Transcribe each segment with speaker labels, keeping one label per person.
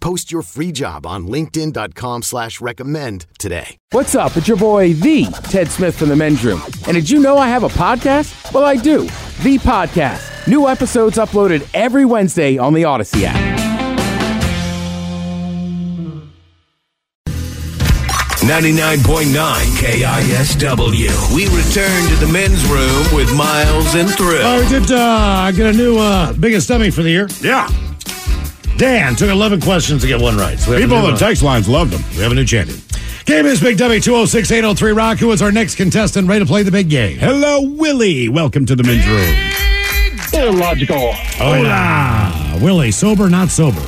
Speaker 1: Post your free job on linkedin.com slash recommend today.
Speaker 2: What's up? It's your boy, The Ted Smith from the men's room. And did you know I have a podcast? Well, I do. The Podcast. New episodes uploaded every Wednesday on the Odyssey app.
Speaker 3: 99.9 KISW. We return to the men's room with Miles and
Speaker 4: Well,
Speaker 3: Thrill.
Speaker 4: we
Speaker 5: Oh,
Speaker 4: did uh, get a new uh, biggest dummy for the year.
Speaker 5: Yeah.
Speaker 4: Dan took 11 questions to get one right. So we have a
Speaker 5: People
Speaker 4: new,
Speaker 5: on
Speaker 4: uh,
Speaker 5: the text lines loved them.
Speaker 4: We have a new champion. Game is Big Dummy 206 803 Rock. Who is our next contestant ready to play the big game?
Speaker 5: Hello, Willie. Welcome to the men's room.
Speaker 6: Illogical.
Speaker 4: Hola. Willie, sober, not sober.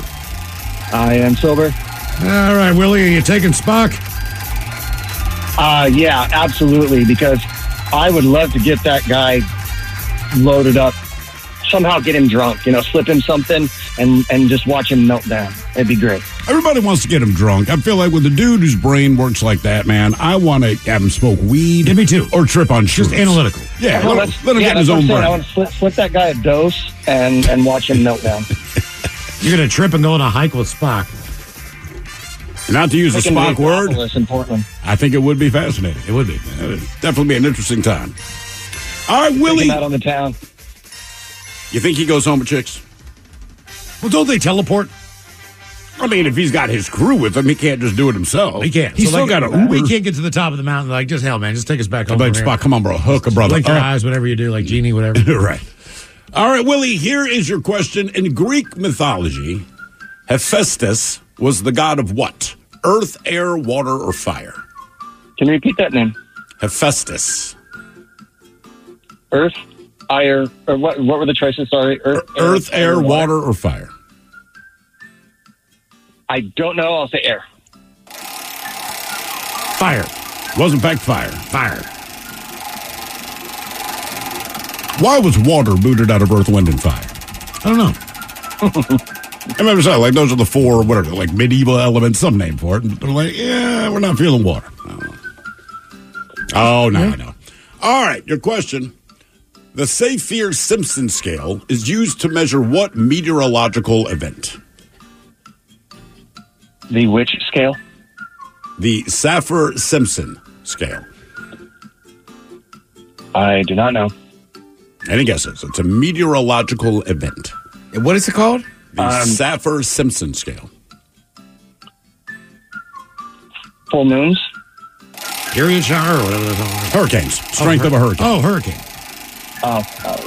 Speaker 6: I am sober.
Speaker 4: All right, Willie, are you taking Spock?
Speaker 6: Uh, yeah, absolutely. Because I would love to get that guy loaded up, somehow get him drunk, you know, slip him something and, and just watch him melt down. It'd be great.
Speaker 5: Everybody wants to get him drunk. I feel like with a dude whose brain works like that, man, I want to have him smoke weed.
Speaker 4: Yeah, me too.
Speaker 5: Or trip on shrooms.
Speaker 4: Just analytical.
Speaker 5: Yeah,
Speaker 6: Well,
Speaker 5: let,
Speaker 6: that's-
Speaker 5: him- let him
Speaker 6: yeah,
Speaker 5: get in
Speaker 6: that's
Speaker 5: his
Speaker 6: what
Speaker 5: own
Speaker 6: I'm saying. I
Speaker 5: brain.
Speaker 6: want to slip, slip that guy a dose and, and watch him melt down.
Speaker 4: You're going to trip and go on a hike with Spock.
Speaker 5: Not to use the
Speaker 6: Freaking
Speaker 5: Spock word,
Speaker 6: Megalopolis In Portland.
Speaker 5: I think it would be fascinating.
Speaker 4: It would be.
Speaker 5: It would definitely be an interesting time. All right, Willie.
Speaker 6: Take him out on the town.
Speaker 5: You think he goes home with chicks?
Speaker 4: Well, don't they teleport?
Speaker 5: I mean, if he's got his crew with him, he can't just do it himself.
Speaker 4: He can't.
Speaker 5: He's still
Speaker 4: So, like, uh,
Speaker 5: got an Uber.
Speaker 4: We can't get to the top of the mountain. Like, just hell, man. Just take us back
Speaker 5: I'm
Speaker 4: home.
Speaker 5: like,
Speaker 4: from
Speaker 5: Spock,
Speaker 4: here.
Speaker 5: come on, bro. Hook a brother.
Speaker 4: Blink your
Speaker 5: up.
Speaker 4: eyes, whatever you do, like genie, whatever.
Speaker 5: right. All right, Willie, here is your question. In Greek mythology, Hephaestus was the god of what? Earth, air, water, or fire?
Speaker 6: Can you repeat that name?
Speaker 5: Hephaestus.
Speaker 6: Earth, Ire, or what, what were the choices? Sorry. Earth,
Speaker 5: Earth, air, water, or fire?
Speaker 6: I don't know. I'll say air.
Speaker 5: Fire. Was in fact fire. Fire. Why was water booted out of Earth, Wind, and Fire?
Speaker 4: I don't know.
Speaker 5: I remember saying, like, those are the four, whatever, like medieval elements, some name for it. And they're like, yeah, we're not feeling water. I don't know. Oh, now I know. All right, your question. The Saphir Simpson scale is used to measure what meteorological event?
Speaker 6: The witch scale.
Speaker 5: The Saffir Simpson scale.
Speaker 6: I do not know.
Speaker 5: Any guesses? It's a meteorological event.
Speaker 7: What is it called?
Speaker 5: The
Speaker 6: Um,
Speaker 5: Saffir Simpson scale.
Speaker 6: Full moons.
Speaker 4: Period shower or whatever. that's called.
Speaker 5: Hurricanes. Strength of a hurricane.
Speaker 4: Oh, hurricane.
Speaker 6: Oh, oh.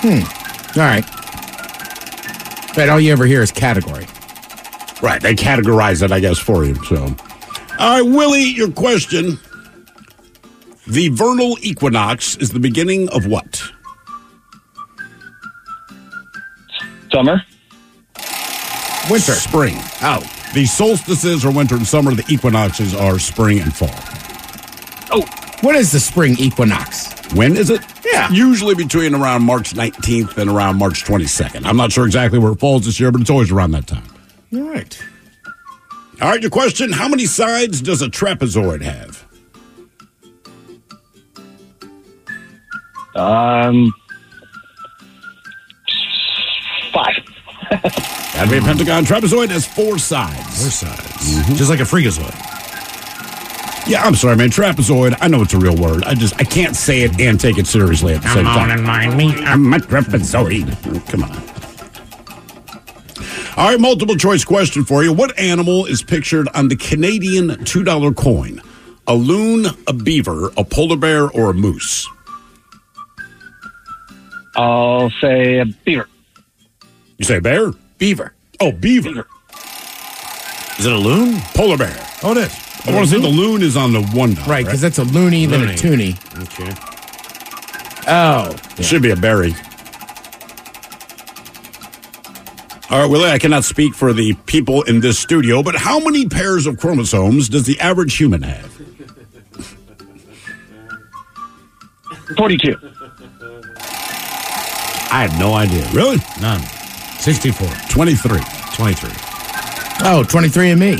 Speaker 7: Hmm. All right. But all you ever hear is category.
Speaker 5: Right, they categorize it, I guess, for you. So, all right, Willie, your question: The vernal equinox is the beginning of what?
Speaker 6: Summer.
Speaker 7: Winter.
Speaker 5: Spring. Oh, the solstices are winter and summer. The equinoxes are spring and fall.
Speaker 7: What is the spring equinox?
Speaker 5: When is it?
Speaker 7: Yeah.
Speaker 5: usually between around March 19th and around March 22nd. I'm not sure exactly where it falls this year, but it's always around that time.
Speaker 7: All right.
Speaker 5: All right, your question: How many sides does a trapezoid have?
Speaker 6: Um, five.
Speaker 5: That'd be a pentagon. Trapezoid has four sides. Mm-hmm.
Speaker 4: Four sides. Just like a freakazoid.
Speaker 5: Yeah, I'm sorry, man. Trapezoid. I know it's a real word. I just I can't say it and take it seriously at the same time.
Speaker 4: mind me.
Speaker 5: I'm a trapezoid. Oh, Come on. All right, multiple choice question for you. What animal is pictured on the Canadian two dollar coin? a loon, a beaver, a polar bear, or a moose?
Speaker 6: I'll say a beaver.
Speaker 5: You say bear?
Speaker 7: Beaver.
Speaker 5: Oh, beaver.
Speaker 8: Is it a loon?
Speaker 5: Polar bear.
Speaker 7: Oh, it is.
Speaker 5: I want to say the loon is on the one dot.
Speaker 7: Right, because that's a loony, then a
Speaker 8: Loony.
Speaker 7: toonie.
Speaker 8: Okay.
Speaker 7: Oh.
Speaker 5: It should be a berry. All right, Willie, I cannot speak for the people in this studio, but how many pairs of chromosomes does the average human have?
Speaker 6: 42.
Speaker 8: I have no idea.
Speaker 5: Really?
Speaker 8: None.
Speaker 4: 64.
Speaker 5: 23.
Speaker 8: 23.
Speaker 7: Oh, 23 and me.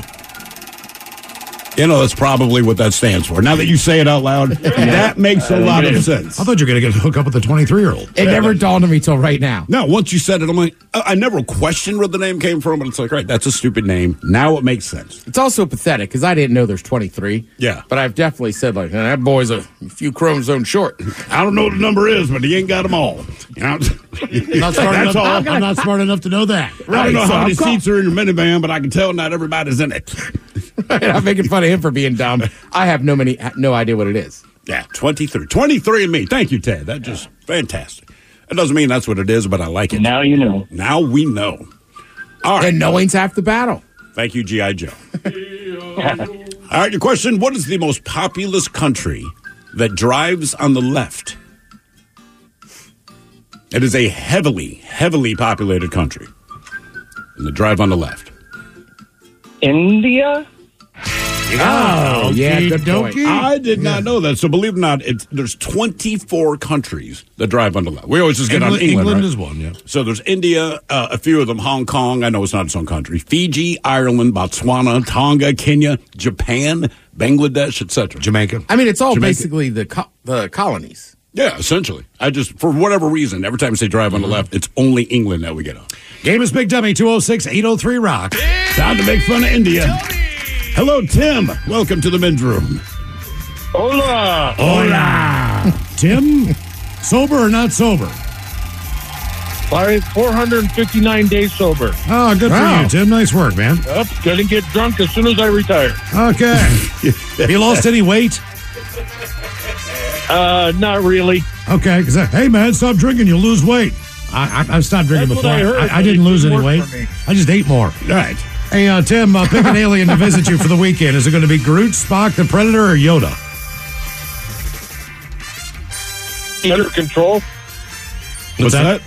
Speaker 5: You know, that's probably what that stands for. Now that you say it out loud, that makes a lot of sense.
Speaker 4: I thought you were going to get hooked up with the 23 year old.
Speaker 7: It never dawned on me till right now.
Speaker 5: Now, once you said it, I'm like, I I never questioned where the name came from, but it's like, right, that's a stupid name. Now it makes sense.
Speaker 7: It's also pathetic because I didn't know there's 23.
Speaker 5: Yeah.
Speaker 7: But I've definitely said, like, "Man, that boy's a few chromosomes short.
Speaker 5: I don't know what the number is, but he ain't got them all. You know,
Speaker 4: Not smart
Speaker 5: that's
Speaker 4: enough-
Speaker 5: all.
Speaker 4: I'm not smart enough to know that.
Speaker 5: I don't know
Speaker 7: so
Speaker 5: how many
Speaker 7: I'm call-
Speaker 5: seats are in your minivan, but I can tell not everybody's in it.
Speaker 7: and I'm making fun of him for being dumb. I have no many, no idea what it is.
Speaker 5: Yeah, 23. 23 and me. Thank you, Ted. That's just fantastic. It doesn't mean that's what it is, but I like it.
Speaker 6: Now you know.
Speaker 5: Now we know. All right.
Speaker 7: And knowing's half the battle.
Speaker 5: Thank you, G.I. Joe. All right, your question What is the most populous country that drives on the left? It is a heavily, heavily populated country. And the drive on the left.
Speaker 6: India?
Speaker 7: Oh, yeah, good point.
Speaker 4: Okey-dokey.
Speaker 5: I did not know that. So believe it or not, it's, there's 24 countries that drive on the left. We always just get on
Speaker 4: England,
Speaker 5: England.
Speaker 4: England
Speaker 5: right?
Speaker 4: is one, yeah.
Speaker 5: So there's India, uh, a few of them, Hong Kong. I know it's not its own country. Fiji, Ireland, Botswana, Tonga, Kenya, Japan, Bangladesh, etc.
Speaker 4: Jamaica.
Speaker 7: I mean, it's all
Speaker 5: Jamaica.
Speaker 7: basically the co- the colonies.
Speaker 5: Yeah, essentially. I just for whatever reason, every time I say drive on the left, it's only England that we get on.
Speaker 4: Game is Big Dummy 206 803 Rock.
Speaker 5: Time to make fun of India. Hello, Tim. Welcome to the men's room.
Speaker 6: Hola.
Speaker 4: Hola. Tim, sober or not sober?
Speaker 9: By 459 days sober.
Speaker 4: Oh, good
Speaker 7: Wow.
Speaker 4: for you, Tim. Nice work, man.
Speaker 9: Up, gonna get drunk as soon as I retire.
Speaker 4: Okay. Have you lost any weight?
Speaker 9: Uh, not really.
Speaker 4: Okay. 'cause I- hey, man, stop drinking. You'll lose weight. I, I, I've stopped drinking
Speaker 9: That's what
Speaker 4: before.
Speaker 9: I heard, but
Speaker 4: didn't
Speaker 9: it
Speaker 4: lose
Speaker 9: didn't
Speaker 4: any weight.
Speaker 9: work for me.
Speaker 4: I just ate more.
Speaker 5: All right.
Speaker 4: Hey, uh, Tim, uh, pick an alien to visit you for the weekend. Is it going to be Groot, Spock, the Predator, or Yoda?
Speaker 9: Under control.
Speaker 5: What's that?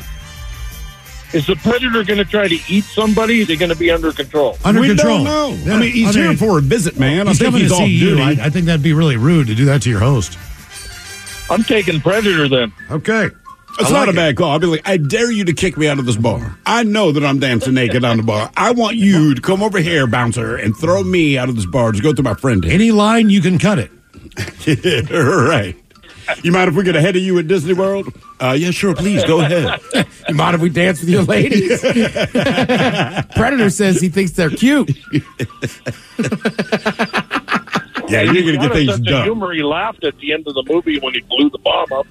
Speaker 9: Is the predator gonna try to eat somebody? They're gonna be under control.
Speaker 4: Under
Speaker 5: we don't
Speaker 4: control.
Speaker 5: know.
Speaker 4: Yeah,
Speaker 5: I mean, he's here for a visit, man.
Speaker 4: He's
Speaker 5: I think
Speaker 4: coming
Speaker 5: he's
Speaker 4: to
Speaker 5: off
Speaker 4: see you.
Speaker 5: duty.
Speaker 4: I, I think that'd be really rude to do that to your host.
Speaker 9: I'm taking predator then.
Speaker 4: Okay.
Speaker 5: It's not a bad call. I'd be like, I dare you to kick me out of this bar. I know that I'm dancing naked on the bar. I want you to come over here, bouncer, and throw me out of this bar. Just go through my friend here.
Speaker 4: Any line you can cut it.
Speaker 5: right. You mind if we get ahead of you at Disney World? Uh, yeah, sure. Please go ahead.
Speaker 7: You mind if we dance with your ladies? Predator says he thinks they're cute.
Speaker 5: Yeah, you're going to get things
Speaker 9: such A
Speaker 5: done.
Speaker 9: humor. He laughed at the end of the movie when he blew the bomb up.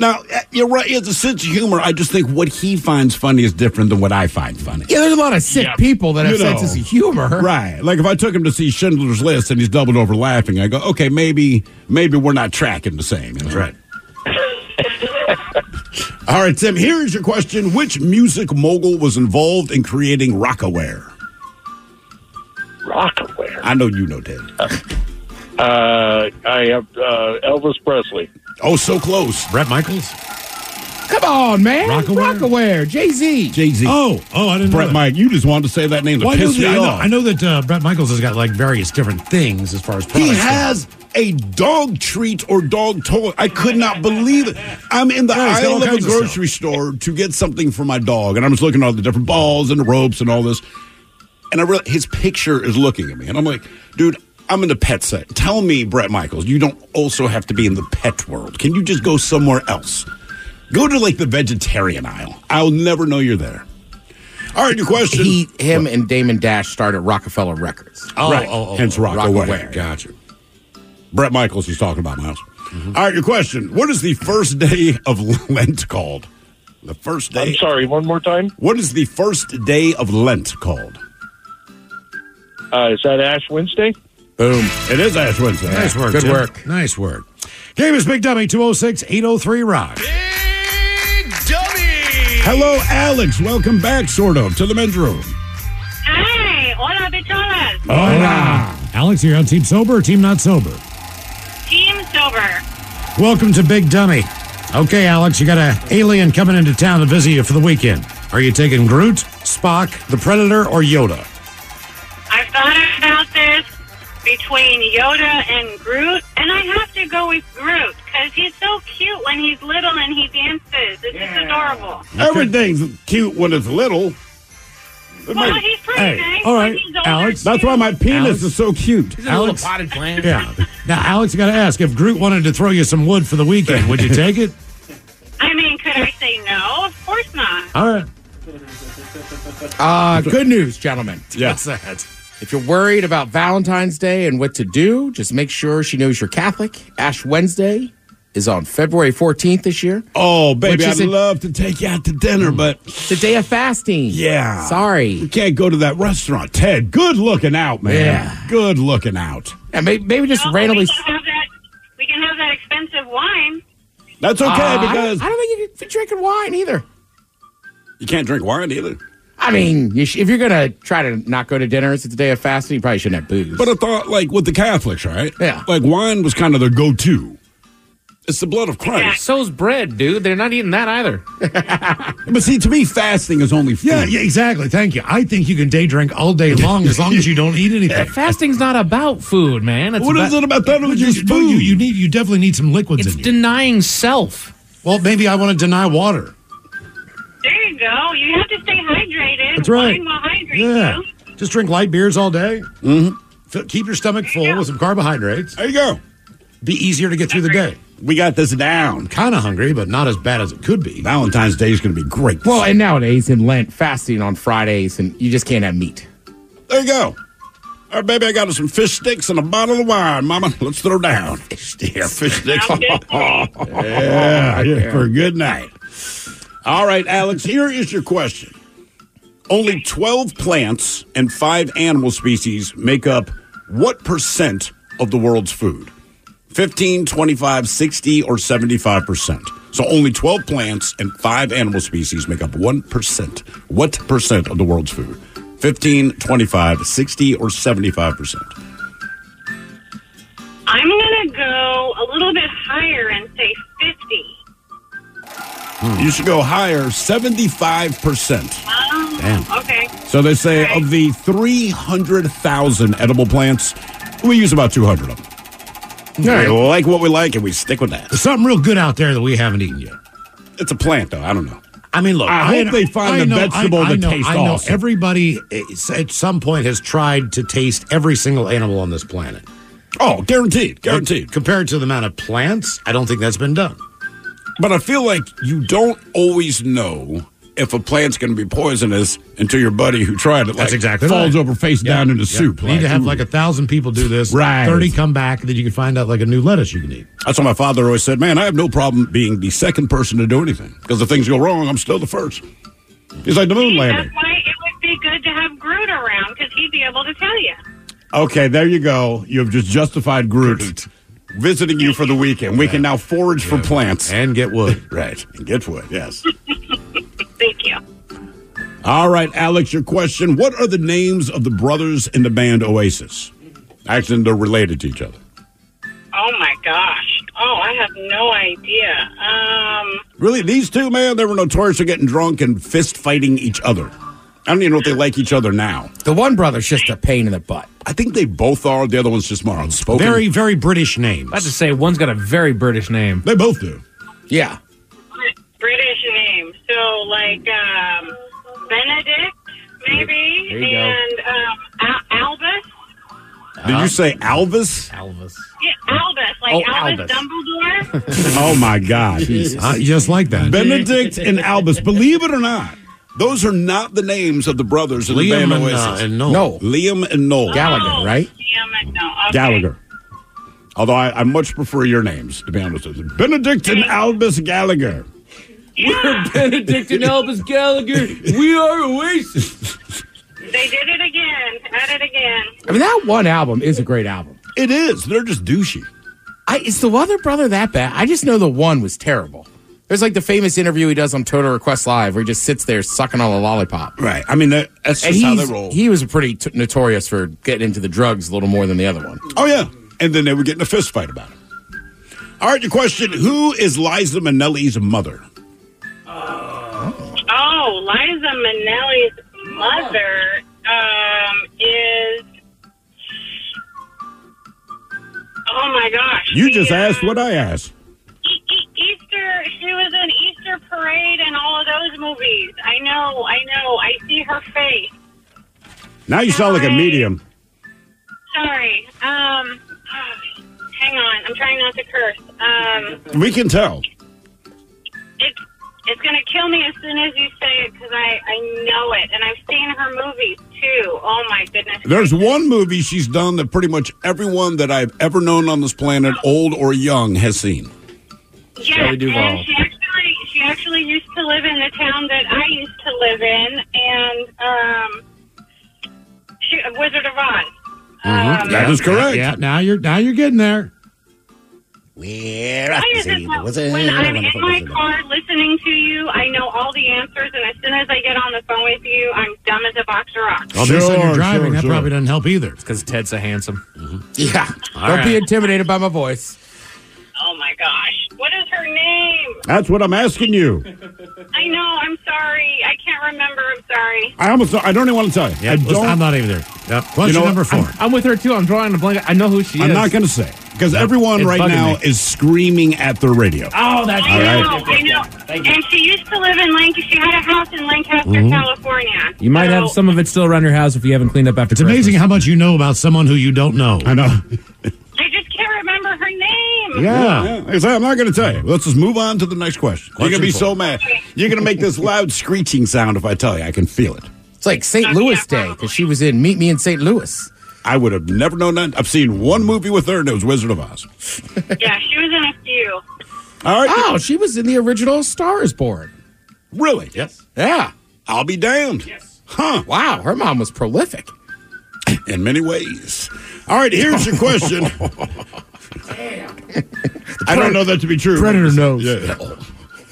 Speaker 5: Now, uh, you're right. He has a sense of humor. I just think what he finds funny is different than what I find funny.
Speaker 7: Yeah, there's a lot of sick
Speaker 9: Yeah.
Speaker 7: people that have
Speaker 5: You know.
Speaker 7: senses of humor.
Speaker 5: Right. Like if I took him to see Schindler's List and he's doubled over laughing, I go, okay, maybe maybe we're not tracking the same. That's right. All right, Tim, here is your question. Which music mogul was involved in creating Rockaware?
Speaker 9: Rockaware.
Speaker 5: I know you know, Ted.
Speaker 9: Uh, I have uh, Elvis Presley.
Speaker 5: Oh, so close.
Speaker 4: Brett Michaels?
Speaker 7: Come on, man.
Speaker 4: Rockaware?
Speaker 7: Rockaware. Jay Z.
Speaker 5: Jay-Z.
Speaker 4: Oh, oh, I didn't
Speaker 5: Brett
Speaker 4: know. that.
Speaker 5: Mike, you just wanted to say that name to
Speaker 4: Well, I, know
Speaker 5: piss
Speaker 4: that,
Speaker 5: me
Speaker 4: I, know,
Speaker 5: off.
Speaker 4: I know that uh, Brett Michaels has got like various different things as far as products.
Speaker 5: He
Speaker 4: go.
Speaker 5: has a dog treat or dog toy. I could not believe it. I'm in the
Speaker 4: Yeah, he's got all
Speaker 5: aisle of a
Speaker 4: kinds of
Speaker 5: grocery store to get something for my dog, and I'm just looking at all the different balls and the ropes and all this. And I realize his picture is looking at me, and I'm like, dude, I'm in the pet set. Tell me, Brett Michaels, you don't also have to be in the pet world. Can you just go somewhere else? Go to like the vegetarian aisle. I'll never know you're there. All right, your question.
Speaker 7: He, him, and Damon Dash started Rockefeller Records.
Speaker 4: Oh,
Speaker 5: right.
Speaker 4: oh, oh,
Speaker 5: Hence
Speaker 4: oh,
Speaker 5: rock,
Speaker 7: rock
Speaker 5: away.
Speaker 7: aware.
Speaker 5: Gotcha. Brett Michaels he's talking about, Miles. All right, your question. What is the first day of Lent called? The first
Speaker 9: I'm
Speaker 5: day.
Speaker 9: sorry, one more time.
Speaker 5: What is the first day of Lent called?
Speaker 9: Uh, is that Ash Wednesday?
Speaker 5: Boom. It is Ash Wednesday.
Speaker 4: Nice work.
Speaker 5: Good
Speaker 4: Jim.
Speaker 5: work.
Speaker 4: Nice work. Game is Big Dummy 206 803 Rock.
Speaker 5: Hello, Alex. Welcome back, sort of, to the men's room.
Speaker 10: Hey, hola, bicholas.
Speaker 5: Oh.
Speaker 4: Hola. Alex, you're on Team Sober or Team Not Sober?
Speaker 10: Team Sober.
Speaker 4: Welcome to Big Dummy. Okay, Alex, you got an alien coming into town to visit you for the weekend. Are you taking Groot, Spock, the Predator, or Yoda?
Speaker 10: I've thought about this between Yoda and Groot, and I have to go with Groot because he's so cute when he's little and he dances. It's just adorable.
Speaker 5: Everything's cute when it's little. It
Speaker 10: Well,
Speaker 5: might-
Speaker 10: he's pretty nice
Speaker 5: all
Speaker 10: when
Speaker 5: right,
Speaker 10: he's older,
Speaker 5: Alex. That's why my penis
Speaker 4: Alex.
Speaker 5: is so cute.
Speaker 4: He's a little Alex.
Speaker 8: potted plant.
Speaker 4: Yeah. Now, Alex, I got to ask if Groot wanted to throw you some wood for the weekend, would you take it?
Speaker 10: I mean, could I say no? Of course not.
Speaker 4: All right.
Speaker 7: Uh, good news, gentlemen.
Speaker 5: Yes.
Speaker 7: If you're worried about Valentine's Day and what to do, just make sure she knows you're Catholic. Ash Wednesday is on February 14th this year.
Speaker 5: Oh, baby,
Speaker 7: Which
Speaker 5: I'd
Speaker 7: is a-
Speaker 5: love to take you out to dinner, but
Speaker 7: It's a day of fasting.
Speaker 5: yeah,
Speaker 7: Sorry.
Speaker 5: we can't go to that restaurant. Ted, good looking out, man. Good looking out.
Speaker 7: And maybe, maybe just
Speaker 10: Well,
Speaker 7: randomly.
Speaker 10: we can have that. We can have that expensive wine.
Speaker 5: That's okay
Speaker 7: Uh, I
Speaker 5: because
Speaker 7: don't, I don't think you could be drinking wine either.
Speaker 5: you can't drink wine either.
Speaker 7: I mean, you sh- if you're going to try to not go to dinners, it's a day of fasting, you probably shouldn't have booze.
Speaker 5: But I thought, like with the Catholics, right?
Speaker 7: Yeah.
Speaker 5: like wine was kind of their go-to. It's the blood of Christ.
Speaker 8: So's bread, dude. They're not eating that either.
Speaker 5: But see, to me, fasting is only food.
Speaker 4: Yeah, yeah, exactly. Thank you. I think you can day drink all day long as long as you don't eat anything.
Speaker 8: Fasting's not about food, man. It's
Speaker 5: What is it about that? It was just
Speaker 4: No, you,
Speaker 5: food.
Speaker 4: you need you definitely need some liquids
Speaker 8: It's
Speaker 4: in you.
Speaker 8: denying self.
Speaker 4: well, maybe I want to deny water.
Speaker 10: There you go. You have to stay hydrated.
Speaker 4: That's right.
Speaker 10: Wine will hydrate
Speaker 4: Yeah,
Speaker 10: you.
Speaker 4: just drink light beers all day. Mm-hmm. keep your stomach full with some carbohydrates.
Speaker 5: There you go.
Speaker 4: Be easier to get through the day.
Speaker 5: We got this down.
Speaker 4: Kind of hungry, but not as bad as it could be.
Speaker 5: Valentine's Day is going to be great.
Speaker 7: well, and nowadays in Lent, fasting on Fridays, and you just can't have meat.
Speaker 5: there you go. All right, baby, I got us some fish sticks and a bottle of wine, Mama. Let's throw down. Fish sticks. Yeah, fish sticks.
Speaker 10: Sounds good.
Speaker 5: yeah, yeah, for a good night. All right, Alex, here is your question. Only 12 plants and five animal species make up what percent of the world's food? 15, 25, 60, or 75%. So only 12 plants and five animal species make up 1%. What percent of the world's food? 15, 25, 60, or 75%.
Speaker 10: I'm gonna go a little bit higher and say fifty.
Speaker 4: Hmm.
Speaker 5: You should go higher, 75%.
Speaker 10: Um,
Speaker 5: Damn.
Speaker 10: Okay.
Speaker 5: So they say
Speaker 10: Okay.
Speaker 5: of the 300,000 edible plants, we use about 200 of them. We like what we like and we stick with that.
Speaker 4: There's something real good out there that we haven't eaten yet.
Speaker 5: It's a plant, though. I don't know.
Speaker 4: I mean, look.
Speaker 5: I hope
Speaker 4: kn-
Speaker 5: they find the vegetable that
Speaker 4: know,
Speaker 5: tastes
Speaker 4: I know
Speaker 5: awesome.
Speaker 4: everybody is- at some point has tried to taste every single animal on this planet.
Speaker 5: Oh, guaranteed. Guaranteed.
Speaker 4: But compared to the amount of plants, I don't think that's been done.
Speaker 5: But I feel like you don't always know if a plant's going to be poisonous until your buddy who tried it like,
Speaker 4: That's exactly
Speaker 5: falls
Speaker 4: right.
Speaker 5: over face
Speaker 4: Yeah,
Speaker 5: down into
Speaker 4: yeah.
Speaker 5: soup.
Speaker 4: You need to have like a thousand people do this.
Speaker 5: Right.
Speaker 4: Thirty come back, then you can find out like a new lettuce you can eat.
Speaker 5: That's what my father always said. Man, I have no problem being the second person to do anything because if things go wrong, I'm still the first. He's like the moon
Speaker 10: See,
Speaker 5: landing.
Speaker 10: That's why it would be good to have Groot around because he'd be able to tell you.
Speaker 5: Okay, there you go. You have just justified Groot visiting you for the weekend. We can now forage for plants.
Speaker 4: And get wood.
Speaker 5: Right. And get wood, yes.
Speaker 10: Thank you.
Speaker 5: All right, Alex, your question. What are the names of the brothers in the band Oasis? Actually, they're related to each other.
Speaker 10: Oh my gosh. Oh, I have no idea. Um,
Speaker 5: Really, these two, man, they were notorious for getting drunk and fist fighting each other. I don't even know if they like each other now.
Speaker 7: The one brother's just a pain in the butt.
Speaker 5: I think they both are. The other one's just more outspoken.
Speaker 4: Very, very British names.
Speaker 8: I have to say, one's got a very British name.
Speaker 5: They both do.
Speaker 7: Yeah.
Speaker 10: Br- British name. So like um, Benedict, maybe,
Speaker 8: There you go.
Speaker 10: and um, Al- Albus.
Speaker 5: Did
Speaker 7: Uh-huh.
Speaker 5: you say Alvis?
Speaker 8: Alvis.
Speaker 10: Yeah, Albus, like
Speaker 8: Oh,
Speaker 10: Albus,
Speaker 8: Albus.
Speaker 10: Dumbledore.
Speaker 5: oh my God.
Speaker 4: Uh, just like that.
Speaker 5: Benedict and Albus. Believe it or not, those are not the names of the brothers in the
Speaker 4: Liam
Speaker 5: band
Speaker 4: and,
Speaker 5: Oasis.
Speaker 4: uh, and Noel.
Speaker 7: No.
Speaker 5: Liam and Noel. Oh.
Speaker 7: Gallagher, right?
Speaker 10: Damn it, no. Okay.
Speaker 5: Gallagher. Although I, I much prefer your names, to be honest with you. Benedict and Albus Gallagher.
Speaker 10: Yeah,
Speaker 8: Benedict and Elvis Gallagher. We are Oasis.
Speaker 10: there They did it again. At it again.
Speaker 7: I mean, that one album is a great album.
Speaker 5: It is. They're just douchey.
Speaker 7: I, is the other brother that bad? I just know the one was terrible. There's like the famous interview he does on Total Request Live where he just sits there sucking on a lollipop.
Speaker 5: Right. I mean, that, that's
Speaker 7: And
Speaker 5: just how they
Speaker 7: he's-
Speaker 5: roll.
Speaker 7: He was pretty t- notorious for getting into the drugs a little more than the other one.
Speaker 5: Oh yeah, and then they were getting a fist fight about it. All right, your question: Who is Liza Minnelli's mother?
Speaker 10: Oh, Liza Minnelli's mother um, is. Oh my gosh.
Speaker 5: You just asked what I asked.
Speaker 10: E- E- Easter. She was in Easter Parade and all of those movies. I know. I know. I see her face.
Speaker 5: Now you sound like a medium.
Speaker 10: Sorry. Um. oh, Hang on. I'm trying not to curse. Um.
Speaker 5: We can tell.
Speaker 10: It's it's gonna kill me as soon as you say it because I I know it and I've seen her movies too. Oh my goodness.
Speaker 5: There's one movie she's done that pretty much everyone that I've ever known on this planet, old or young, has seen.
Speaker 10: Yeah,
Speaker 5: Shelley Duvall.
Speaker 10: and she actually she actually used to live in the town that I used to live in, and um, she uh, Wizard of Oz.
Speaker 5: Mm-hmm.
Speaker 4: Mhm.
Speaker 10: Um,
Speaker 4: Yeah, Yeah, now you're now you're getting there. Where
Speaker 10: Why is it that when I'm in my car listening to you, I know all the answers, and as soon as I get on the phone with you, I'm dumb as a box of rocks.
Speaker 4: Well, they said you're driving. that probably doesn't help either. It's
Speaker 8: because Ted's a handsome.
Speaker 7: Mm-hmm. Yeah. Don't
Speaker 8: right.
Speaker 7: be intimidated by my voice.
Speaker 10: Oh my gosh, what is her name?
Speaker 5: That's what I'm asking you.
Speaker 10: I know. I'm sorry. I can't remember. I'm sorry.
Speaker 5: I almost I don't even want to tell you. I
Speaker 4: listen,
Speaker 5: don't,
Speaker 4: I'm not even there. Yep. Question number four.
Speaker 8: I'm, I'm with her too. I'm drawing a blank. I know who she
Speaker 5: I'm
Speaker 8: is.
Speaker 5: not going to say because everyone
Speaker 8: It's
Speaker 5: right
Speaker 8: bugging
Speaker 5: now
Speaker 8: me.
Speaker 5: is screaming at the radio.
Speaker 8: Oh, that's
Speaker 5: All
Speaker 10: I
Speaker 5: right.
Speaker 10: know. I know. And she used to live in Lancaster. She had a house in Lancaster,
Speaker 8: Mhm.
Speaker 10: California.
Speaker 8: You might have some of it still around your house if you haven't cleaned up after.
Speaker 4: It's amazing how much you know about someone who you don't know. I
Speaker 5: know.
Speaker 10: I just can't remember her name.
Speaker 5: Like I said, I'm not going to tell you. Let's just move on to the next question. You're going to be
Speaker 4: Question four.
Speaker 5: so mad. You're going to make this loud screeching sound if I tell you. I can feel it.
Speaker 7: It's like St. Louis Day because she was in Meet Me in St. Louis.
Speaker 5: I would have never known that. I've seen one movie with her, and it was Wizard of Oz.
Speaker 10: Yeah, she was in a few.
Speaker 5: All right.
Speaker 7: Oh, she was in the original Star is Born.
Speaker 5: Really?
Speaker 7: Yes. Yeah.
Speaker 5: I'll be damned.
Speaker 7: Yes.
Speaker 5: Huh.
Speaker 7: Wow, her mom was prolific.
Speaker 5: In many ways. All right, here's your question. I don't know that to be true. Predator knows.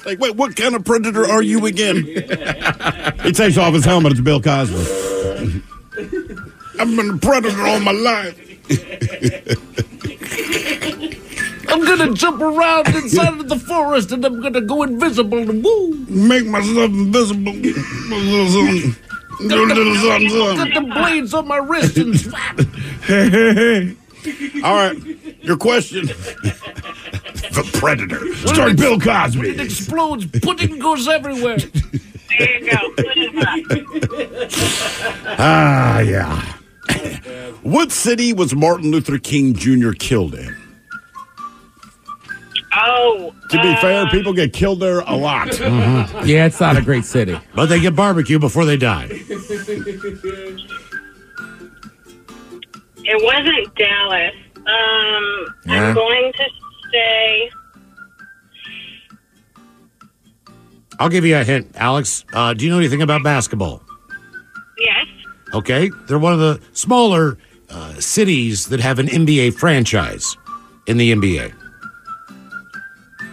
Speaker 5: Like, wait, what kind of predator are you again? he takes off his helmet. It's Bill Cosby. I've been a predator all my life.
Speaker 11: I'm gonna jump around inside of the forest and I'm gonna go invisible and woo.
Speaker 5: Make myself invisible. Do a little something,
Speaker 11: Got
Speaker 5: something.
Speaker 11: the blades on my wrist and
Speaker 5: Hey, hey, hey. All right, your question. the Predator. Starring Bill
Speaker 11: it
Speaker 5: Cosby.
Speaker 11: explodes. Pudding goes everywhere.
Speaker 10: There you go.
Speaker 5: Ah, yeah. what city was Martin Luther King Jr. killed in?
Speaker 10: Oh.
Speaker 5: To be fair, people get killed there a lot.
Speaker 7: Mm-hmm. Yeah, it's not a great city.
Speaker 4: But they get barbecue before they die.
Speaker 10: It wasn't Dallas. Um,
Speaker 4: Yeah.
Speaker 10: I'm going to say.
Speaker 4: I'll give you a hint, Alex. Uh, do you know anything about basketball?
Speaker 10: Yes.
Speaker 4: Okay, they're one of the smaller uh, cities that have an NBA franchise in the NBA.
Speaker 10: Um,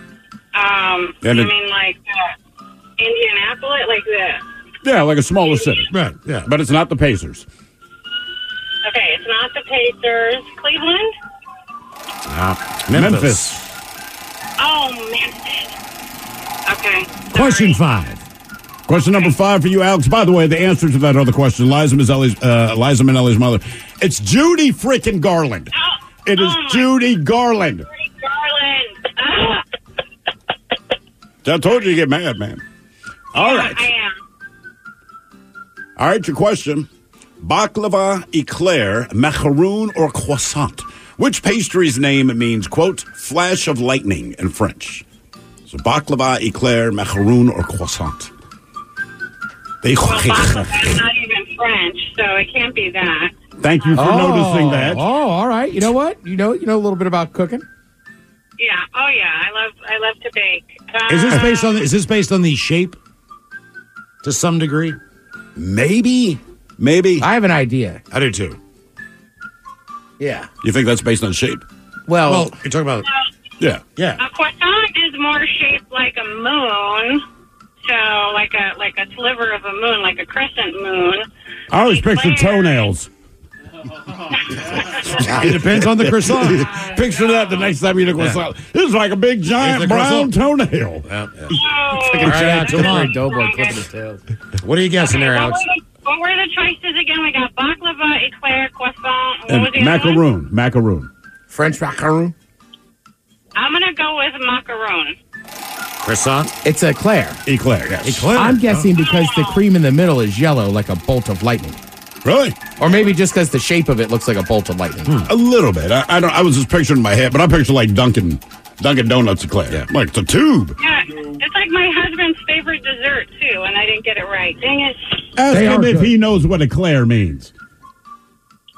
Speaker 10: I
Speaker 4: And it-
Speaker 10: mean, like uh, Indianapolis, like this.
Speaker 5: Yeah, like a smaller city.
Speaker 4: Right, yeah.
Speaker 5: But it's not the Pacers.
Speaker 10: Okay, it's not the Pacers. Cleveland.
Speaker 4: Memphis.
Speaker 10: Oh, Memphis. Okay.
Speaker 4: Question five.
Speaker 5: Question number five for you, Alex. By the way, the answer to that other question, Liza Minnelli's, uh, Liza Minnelli's mother, it's Judy freaking Garland. It is Judy Garland.
Speaker 10: Garland. Ah,
Speaker 5: I told you to get mad, man. All right.
Speaker 10: I am.
Speaker 5: All right, your question. Baklava, eclair, macaroon, or croissant? Which pastry's name means, quote, flash of lightning in French? So baklava, eclair, macaroon, or croissant? They
Speaker 10: That's not even French, so it can't be that.
Speaker 5: Thank you for noticing that.
Speaker 7: Oh, all right. You know what? You know, you know a little bit about cooking.
Speaker 10: Yeah. Oh, yeah. I love. I love to bake. Uh,
Speaker 4: Is this based on is this based on the shape to some degree?
Speaker 5: Maybe. Maybe.
Speaker 7: I have an idea.
Speaker 5: I do too.
Speaker 7: Yeah.
Speaker 5: You think that's based on shape?
Speaker 7: Well,
Speaker 5: you're talking about. Yeah. Yeah.
Speaker 10: A croissant is more shaped like a moon, so like a like a sliver of a moon, like a crescent moon.
Speaker 5: I always picture toenails. it depends on the croissant. picture that the next time you eat a croissant. This is like a big giant
Speaker 4: It's a
Speaker 5: brown
Speaker 4: croissant.
Speaker 5: toenail.
Speaker 10: Oh,
Speaker 4: All right, Alex, come on. What are you guessing there,
Speaker 10: what, were
Speaker 4: Alex?
Speaker 10: the, what were the choices again? We got baklava, eclair, croissant. What was the
Speaker 5: And
Speaker 10: other one?
Speaker 5: macaroon. Macaroon.
Speaker 7: French macaroon.
Speaker 10: I'm gonna go with macaron.
Speaker 7: Croissant? It's a Claire.
Speaker 5: Eclair, yes. Eclair.
Speaker 7: I'm guessing because the cream in the middle is yellow like a bolt of lightning.
Speaker 5: Really?
Speaker 7: Or maybe just because the shape of it looks like a bolt of lightning.
Speaker 5: Hmm. A little bit. I, I don't. I was just picturing in my head, but I picture like Dunkin' Dunkin' Donuts eclair. Like the tube.
Speaker 10: Yeah, it's like my husband's favorite dessert too, and I didn't get it right. Dang it!
Speaker 5: Ask
Speaker 7: They
Speaker 5: him
Speaker 7: are
Speaker 5: if he knows what eclair means.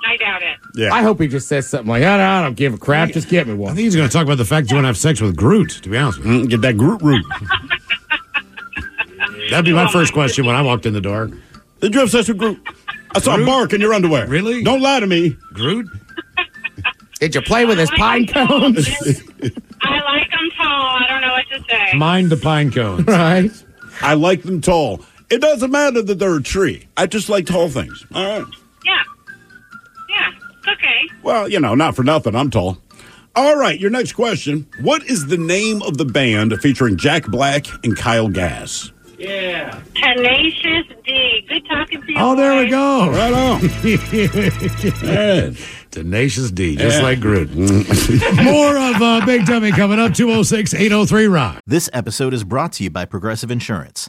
Speaker 10: I doubt it.
Speaker 5: Yeah.
Speaker 7: I hope he just says something like, I don't, I don't give a crap. Just get me one.
Speaker 4: I think he's going to talk about the fact you want to have sex with Groot, to be honest with you.
Speaker 5: Mm, Get that Groot root.
Speaker 4: That'd be my first question when I walked in the door.
Speaker 5: Did you have sex with Groot? I saw a bark in your underwear. Really? Don't lie to me.
Speaker 4: Groot?
Speaker 7: Did you play with his pine cones?
Speaker 10: I like them tall. I don't know what to say.
Speaker 4: Mind the pine cones.
Speaker 7: Right.
Speaker 5: I like them tall. It doesn't matter that they're a tree. I just like tall things. All right.
Speaker 10: Yeah, yeah, it's okay.
Speaker 5: Well, you know, not for nothing. I'm tall. All right, your next question. What is the name of the band featuring Jack Black and Kyle Gass?
Speaker 10: Yeah. Tenacious D. Good talking to you.
Speaker 4: Oh, there we go.
Speaker 5: Right
Speaker 4: on. Tenacious D, just
Speaker 12: Yeah.
Speaker 4: like Groot. More of uh, Big Dummy coming up 206 803 Rock.
Speaker 12: This episode is brought to you by Progressive Insurance.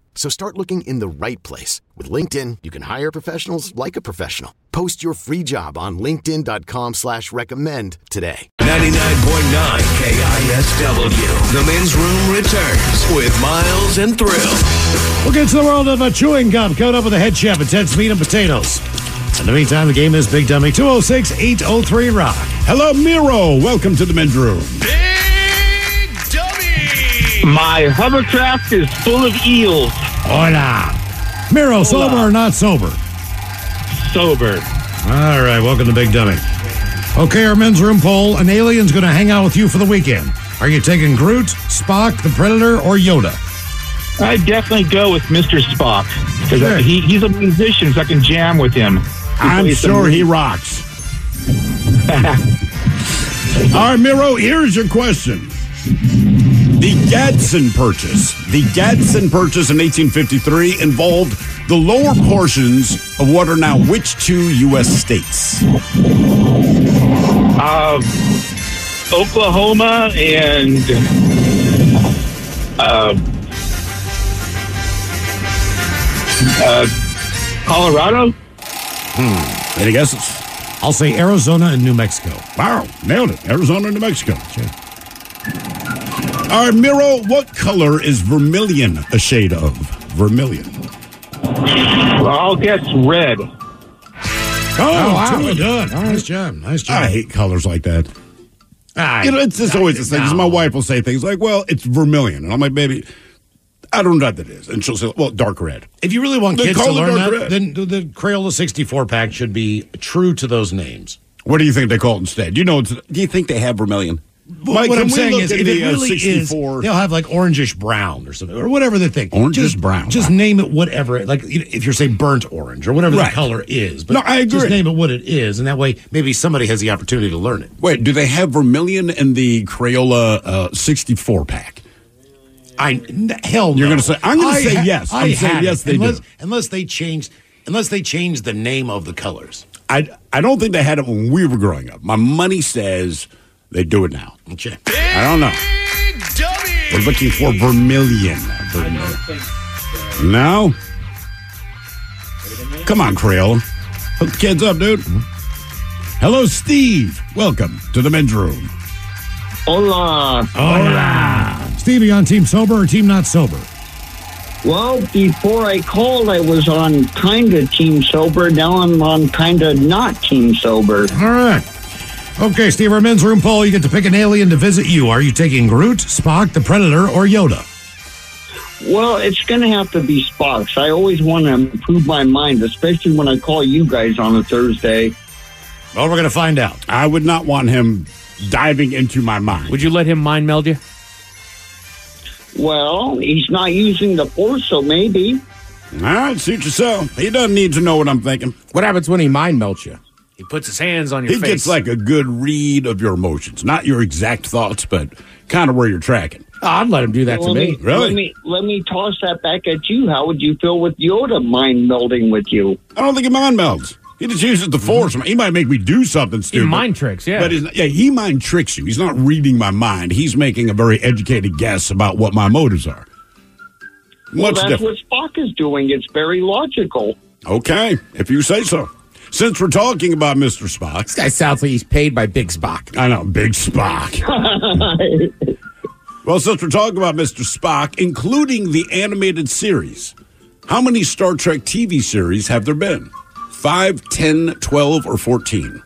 Speaker 1: So start looking in the right place. With LinkedIn, you can hire professionals like a professional. Post your free job on linkedin.com/recommend slash recommend today.
Speaker 3: 99.9 KISW. The men's room returns with Miles and Thrill.
Speaker 4: We'll get to the world of uh, chewing gum coming up with a head chef, intense meat, and potatoes. In the meantime, the game is Big Dummy 206 803 Rock.
Speaker 5: Hello, Miro. Welcome to the men's room.
Speaker 9: My hovercraft is full of eels.
Speaker 4: Hola. Miro, sober or not sober?
Speaker 9: Sober.
Speaker 4: All right, welcome to Ah, Big Dummy. Okay, our men's room poll an alien's going to hang out with you for the weekend. Are you taking Groot, Spock, the Predator, or Yoda?
Speaker 9: I definitely go with Mr. Spock because he, he's a musician, so I can jam with him.
Speaker 5: I'm sure he
Speaker 9: rocks.
Speaker 5: All right, Miro, here's your question. The Gadsden Purchase. The Gadsden Purchase in 1853 involved the lower portions of what are now which two U.S. states?
Speaker 9: Uh, Oklahoma and uh, uh, Colorado.
Speaker 5: Hmm. Any guesses?
Speaker 4: I'll say Arizona and New Mexico.
Speaker 5: Wow, nailed it. Arizona and New Mexico. All right, Miro, what color is vermilion a shade of? Vermilion.
Speaker 9: I'll guess red.
Speaker 5: Oh,
Speaker 4: wow.
Speaker 5: two and done.
Speaker 4: Nice job. Nice job.
Speaker 5: I hate colors like that.
Speaker 4: I-
Speaker 5: you know, it's just always this thing. 'cause My wife will say things like, "Well, it's vermilion," and I'm like, "Baby, I don't know what that is." And she'll say, "Well, dark red."
Speaker 4: If you really want
Speaker 5: They
Speaker 4: kids
Speaker 5: call
Speaker 4: to
Speaker 5: it
Speaker 4: learn
Speaker 5: dark
Speaker 4: that,
Speaker 5: red.
Speaker 4: then the the Crayola 64 pack should be true to those names.
Speaker 5: What do you think they call it instead? You know, it's, do you think they have vermilion? Mike,
Speaker 4: what
Speaker 5: can
Speaker 4: I'm
Speaker 5: we
Speaker 4: saying
Speaker 5: look
Speaker 4: is,
Speaker 5: at
Speaker 4: if
Speaker 5: the,
Speaker 4: it
Speaker 5: uh,
Speaker 4: really is,
Speaker 5: 64?
Speaker 4: they'll have like orangish brown or something, or whatever they think.
Speaker 5: Orangish
Speaker 4: just,
Speaker 5: brown.
Speaker 4: Just name it whatever. it- Like you know, if you're say burnt orange or whatever
Speaker 5: Right.
Speaker 4: the color is. But
Speaker 5: No, I
Speaker 4: Just
Speaker 5: agree.
Speaker 4: name it what it is, and that way maybe somebody has the opportunity to learn it.
Speaker 5: Wait, do they have vermilion in the Crayola uh, 64 pack?
Speaker 4: I hell.
Speaker 5: You're
Speaker 4: no.
Speaker 5: going to say I'm going
Speaker 4: I
Speaker 5: to say
Speaker 4: ha-
Speaker 5: yes.
Speaker 4: I
Speaker 5: I'm saying
Speaker 4: had it,
Speaker 5: yes. They
Speaker 4: unless,
Speaker 5: do.
Speaker 4: unless they change unless they change the name of the colors.
Speaker 5: I I don't think they had it when we were growing up. My money says they do it now. Okay. I don't know. We're looking for vermilion. vermilion. No. Come on, Crayola. Hook the kids up, dude. Hello, Steve. Welcome to the men's room.
Speaker 9: Hola.
Speaker 4: Hola. Stevie on team sober or team not sober?
Speaker 13: Well, before I called, I was on kind of team sober. Now I'm on kind of not team sober.
Speaker 4: All right. Okay, Steve, our men's room poll. You get to pick an alien to visit you. Are you taking Groot, Spock, the Predator, or Yoda?
Speaker 13: Well, it's going to have to be Spock's. I always want to improve my mind, especially when I call you guys on a Thursday.
Speaker 4: Well, we're going to find out.
Speaker 5: I would not want him diving into my mind.
Speaker 8: Would you let him mind meld you?
Speaker 13: Well, he's not using the force, so maybe.
Speaker 5: All right, suit yourself. He doesn't need to know what I'm thinking.
Speaker 8: What happens when he mind melts you? He puts his hands on your
Speaker 5: He
Speaker 8: face.
Speaker 5: gets like a good read of your emotions, not your exact thoughts, but kind of where you're tracking.
Speaker 8: Ah, I'd let him do that
Speaker 13: let me, Let me, let me toss that back at you. How would you feel with Yoda mind melding with you?
Speaker 5: I don't think he mind melds. He just uses the force. He might make me do something stupid.
Speaker 8: mind tricks, yeah.
Speaker 5: But he's not, yeah, he mind tricks you. He's not reading my mind. He's making a very educated guess about what my motives are.
Speaker 13: Well,
Speaker 5: What's
Speaker 13: that's
Speaker 5: different?
Speaker 13: what Spock is doing. It's very logical.
Speaker 5: Okay, if you say so. Since we're talking about Mr. Spock. This
Speaker 8: guy sounds like he's paid by Big Spock.
Speaker 5: I know, Big Spock. well, since we're talking about Mr. Spock, including the animated series, how many Star Trek TV series have there been? Five, ten, twelve, or 14?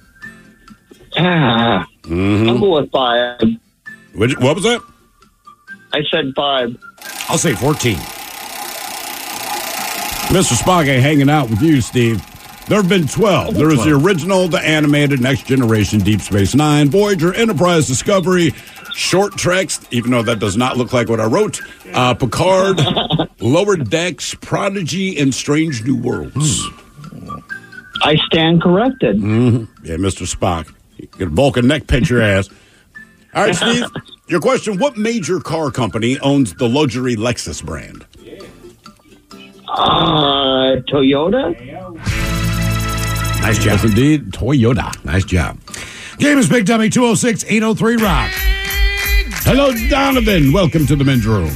Speaker 13: Ah, I'm going with five.
Speaker 5: Which, Mm-hmm. what was that?
Speaker 13: I said five.
Speaker 5: I'll say 14. Mr. Spock ain't hanging out with you, Steve. There have been 12. There is the original, the animated, Next Generation, Deep Space Nine, Voyager, Enterprise, Discovery, Short Treks, even though that does not look like what I wrote, uh, Picard, Lower Decks, Prodigy, and Strange New Worlds.
Speaker 13: I stand corrected.
Speaker 5: Mm-hmm. Yeah, Mr. Spock. You could Vulcan neck pinch your ass. All right, Steve, your question What major car company owns the luxury Lexus brand?
Speaker 13: Uh, Toyota?
Speaker 5: Nice job. Yes, indeed. Toyota. Nice job.
Speaker 4: Game is Big Dummy 206 803 Rock.
Speaker 5: Hello, Donovan. Welcome to the men's room.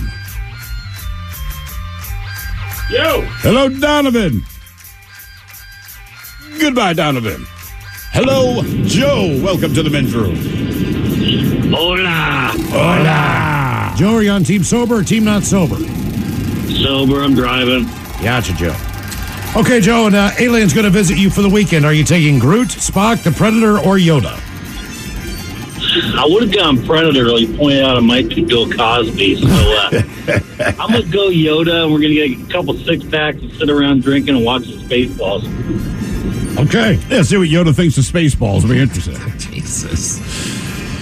Speaker 9: Yo.
Speaker 5: Hello, Donovan. Goodbye, Donovan. Hello, Joe. Welcome to the men's room.
Speaker 9: Hola.
Speaker 4: Hola. Joe, are you Ah. on team sober or team not sober?
Speaker 9: Sober. I'm driving.
Speaker 4: Gotcha, Joe. Okay, Joe, and uh, alien's going to visit you for the weekend. Are you taking Groot, Spock, the Predator, or Yoda?
Speaker 9: I would have gone Predator. though You pointed out I might be Bill Cosby. So uh, I'm going to go Yoda, and we're going to get a couple six packs and sit around drinking and watch the Spaceballs.
Speaker 5: Okay. Yeah, see what Yoda thinks of Spaceballs. We're interested.
Speaker 8: Jesus.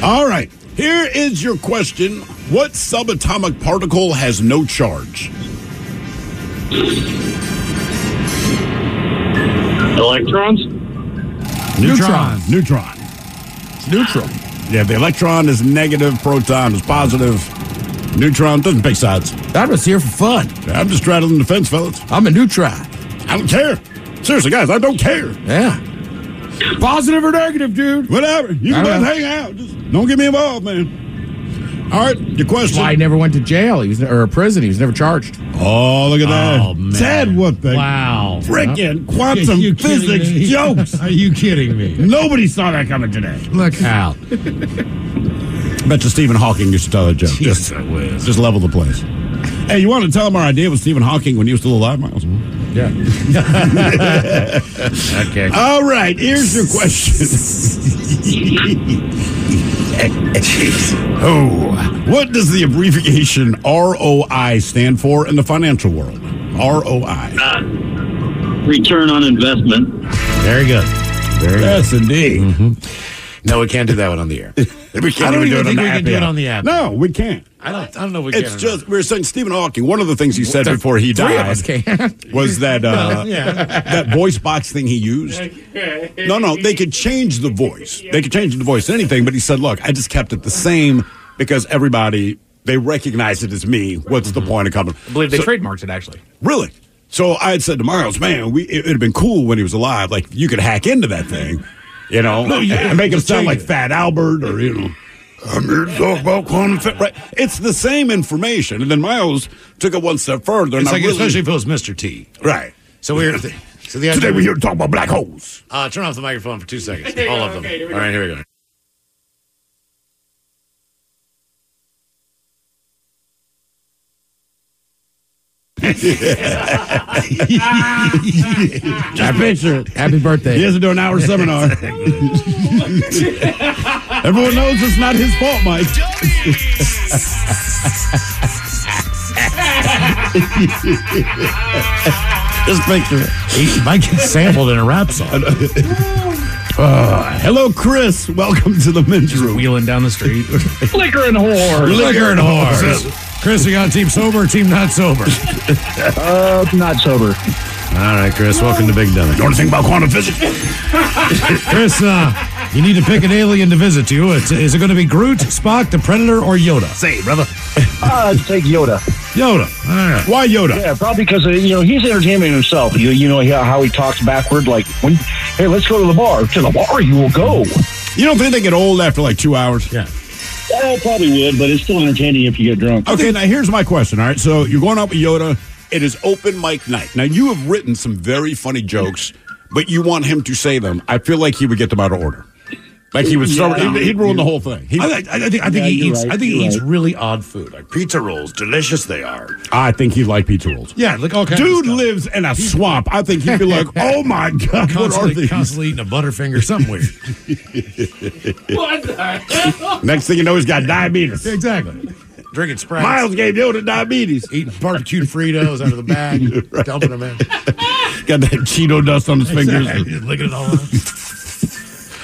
Speaker 5: All right. Here is your question What subatomic particle has no charge?
Speaker 9: Electrons?
Speaker 5: Neutron. Neutron. It's neutral. Yeah, the electron is negative, proton is positive. Neutron doesn't pick sides.
Speaker 7: I'm just here for fun.
Speaker 5: I'm just straddling the fence, fellas.
Speaker 7: I'm a neutron.
Speaker 5: I don't care. Seriously, guys, I don't care.
Speaker 7: Yeah.
Speaker 5: Positive or negative, dude. Whatever. You
Speaker 7: I don't
Speaker 5: can both
Speaker 7: know.
Speaker 5: hang out. Just don't get me involved, man. All right, your question.
Speaker 7: Why he never went to jail? He was or prison. He was never charged.
Speaker 5: Oh, look at that.
Speaker 7: Oh, man.
Speaker 5: Ted, what the?
Speaker 7: Wow.
Speaker 5: Frickin'
Speaker 7: Huh?
Speaker 5: quantum
Speaker 7: Are you kidding
Speaker 5: physics
Speaker 7: me?
Speaker 5: jokes.
Speaker 7: Are you kidding me?
Speaker 5: Nobody saw that coming today.
Speaker 7: Look out.
Speaker 5: Bet you Stephen Hawking used to tell that joke.
Speaker 4: Jesus
Speaker 5: just, just level the place. Hey, you want to tell him our idea with Stephen Hawking when he was still alive, Miles? Yeah.
Speaker 4: okay.
Speaker 5: All right, here's your question. oh, what does the abbreviation ROI stand for in the financial world? ROI.
Speaker 9: Uh, Return on investment.
Speaker 4: Very good. Very Mm-hmm.
Speaker 5: yes, indeed.
Speaker 4: No, we can't do that one on the air.
Speaker 5: We can't
Speaker 4: I
Speaker 5: even
Speaker 4: don't
Speaker 5: do it on
Speaker 4: think
Speaker 5: the
Speaker 4: we
Speaker 5: app
Speaker 4: can do
Speaker 5: yet.
Speaker 4: it on the app.
Speaker 5: No, we can't.
Speaker 4: I don't. I don't know. If we
Speaker 5: It's
Speaker 4: can or
Speaker 5: just we were saying Stephen Hawking. One of the things he said
Speaker 4: The
Speaker 5: before he
Speaker 4: three of
Speaker 5: died
Speaker 4: us
Speaker 5: was that uh, that voice box thing he used. No,
Speaker 13: Oh
Speaker 5: no, they could change the voice. They could change the voice to anything. But he said, "Look, I just kept it the same because everybody they recognize it as me. What's
Speaker 4: Mm-hmm.
Speaker 5: the point of coming?"
Speaker 8: I believe they
Speaker 5: So-
Speaker 8: trademarked it actually.
Speaker 5: Really? So I had said to Miles, man, we, it would have been cool when he was alive. Like, you could hack into that thing, you know,
Speaker 4: No, you-
Speaker 5: and make him
Speaker 4: just
Speaker 5: sound like
Speaker 4: change it.
Speaker 5: Fat Albert or, you know, I'm here to talk about quantum fit. Right. It's the same information. And then Miles took it one step further. and
Speaker 4: It's
Speaker 5: I
Speaker 4: like,
Speaker 5: really,
Speaker 4: especially if it was Mr. T.
Speaker 5: Right.
Speaker 4: So we're so the
Speaker 5: Today we're here to talk about black holes.
Speaker 4: Uh, turn off the microphone for two seconds.
Speaker 5: There you
Speaker 4: All
Speaker 5: go.
Speaker 4: of them.
Speaker 5: Okay, here we
Speaker 4: All
Speaker 5: go.
Speaker 4: right, here we go.
Speaker 5: I
Speaker 7: picture it. Happy birthday.
Speaker 5: He has to do an hour seminar. Everyone knows it's not his fault, Mike. Just picture
Speaker 4: He might get sampled in a rap song.
Speaker 5: Uh, hello, Chris. Welcome to the men's room.
Speaker 8: Wheeling down the street.
Speaker 4: Liquor and whores. Liquor and whores. Chris, we got a team sober, team not sober. uh, not sober. All right, Chris, welcome to Big Dummy. You
Speaker 5: want to think about quantum physics?
Speaker 4: Chris, uh, you need to pick an alien to visit you. It's, is it going to be Groot, Spock, the Predator, or Yoda? Say, brother.
Speaker 14: Uh, take Yoda.
Speaker 4: Yoda. All right. Why Yoda?
Speaker 14: Yeah, probably because uh, you know he's entertaining himself. You you know how how he talks backward, like when hey, let's go to the bar. To the bar, you will go.
Speaker 5: You don't think they get old after like two hours?
Speaker 4: Yeah.
Speaker 9: I probably would, but it's still entertaining if you get drunk.
Speaker 5: Okay, now here's my question. All right, so you're going out with Yoda. It is open mic night. Now you have written some very funny jokes, but you want him to say them. I feel like he would get them out of order. Like he would throw he'd, he'd ruin the whole thing. He-
Speaker 4: I, I- I think, I think
Speaker 5: Yeah,
Speaker 4: he
Speaker 5: you're
Speaker 4: eats.
Speaker 5: right,
Speaker 4: I think he
Speaker 5: you're
Speaker 4: eats
Speaker 5: right.
Speaker 4: really odd food, like pizza rolls. Delicious they are.
Speaker 5: I think he'd like pizza rolls.
Speaker 4: Yeah, like all kinds.
Speaker 5: Dude lives in a swamp. I think he'd be like, "Oh my god, what are
Speaker 4: Constantly-
Speaker 5: these?"
Speaker 4: constantly eating a butterfinger somewhere.
Speaker 11: What the hell?
Speaker 5: Next thing you know, he's got diabetes.
Speaker 4: Exactly. Drinking Sprite.
Speaker 5: Miles gave Yoda diabetes.
Speaker 4: Eating barbecued Fritos out of the bag, dumping them in.
Speaker 5: Got that Cheeto dust on his fingers.
Speaker 4: Exactly. Licking it all up.